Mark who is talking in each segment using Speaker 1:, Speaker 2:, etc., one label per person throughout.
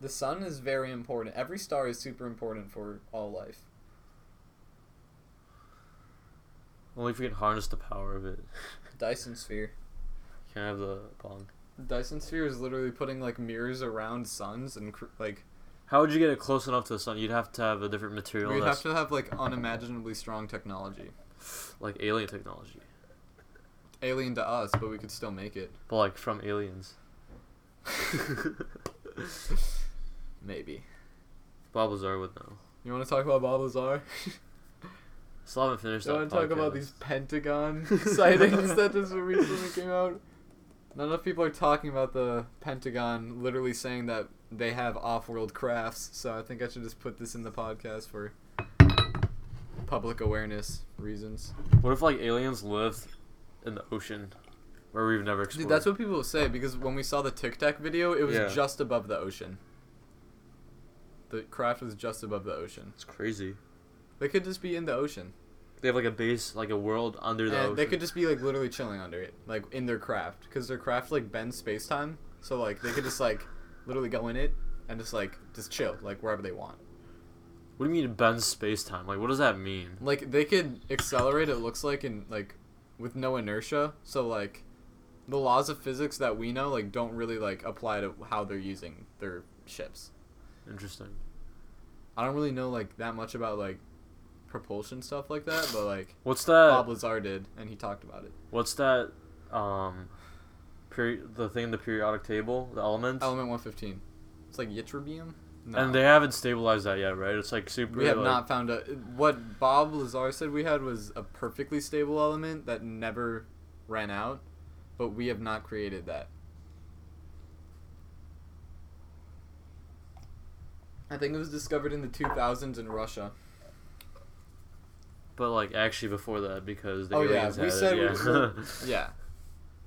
Speaker 1: the sun is very important. Every star is super important for all life.
Speaker 2: Only if we can harness the power of it.
Speaker 1: Dyson sphere.
Speaker 2: Can I have the bong?
Speaker 1: Dyson sphere is literally putting like mirrors around suns and cr- like
Speaker 2: How would you get it close enough to the sun? You'd have to have a different material
Speaker 1: we'd have
Speaker 2: that's
Speaker 1: to have like unimaginably strong technology.
Speaker 2: like alien technology,
Speaker 1: Alien to us, but we could still make it.
Speaker 2: but like from aliens.
Speaker 1: Maybe.
Speaker 2: Bob Lazar would know.
Speaker 1: You want to talk about Bob Lazar?
Speaker 2: Still haven't finished
Speaker 1: You
Speaker 2: that.
Speaker 1: want to talk about
Speaker 2: podcast.
Speaker 1: these Pentagon sightings that just recently came out? Not enough people are talking about the Pentagon literally saying that they have off-world crafts. So I think I should just put this in the podcast for public awareness reasons.
Speaker 2: What if like aliens lived in the ocean, where we've never explored?
Speaker 1: Dude, that's what people say because when we saw the Tic Tac video, it was
Speaker 2: Yeah.
Speaker 1: just above the ocean. The craft was just above the ocean.
Speaker 2: It's crazy.
Speaker 1: They could just be in the ocean.
Speaker 2: They have like a base, like a world under the
Speaker 1: And
Speaker 2: ocean.
Speaker 1: they could just be like literally chilling under it, like in their craft, because their craft like bends space time. So like they could just like literally go in it and just like just chill, like wherever they want.
Speaker 2: What do you mean it bends space time? Like what does that mean?
Speaker 1: Like they could accelerate. It looks like in like with no inertia. So like the laws of physics that we know like don't really like apply to how they're using their ships.
Speaker 2: Interesting.
Speaker 1: I don't really know like that much about like propulsion stuff like that, but like
Speaker 2: What's
Speaker 1: Bob
Speaker 2: that?
Speaker 1: Lazar did, and he talked about it.
Speaker 2: What's that? Um, peri- the thing in the periodic table, the elements.
Speaker 1: Element one fifteen. It's like ytterbium. No.
Speaker 2: And they haven't stabilized that yet, right? It's like super.
Speaker 1: We have
Speaker 2: like-
Speaker 1: not found a. What Bob Lazar said we had was a perfectly stable element that never ran out, but we have not created that. I think it was discovered in the 2000s in Russia.
Speaker 2: But like actually before that, because the
Speaker 1: Oh, yeah,
Speaker 2: aliens
Speaker 1: we
Speaker 2: had
Speaker 1: said we-
Speaker 2: it. Yeah.
Speaker 1: Yeah,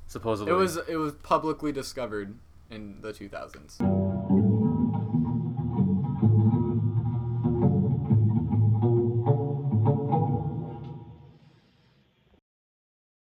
Speaker 2: Supposedly.
Speaker 1: it was it was publicly discovered in the 2000s.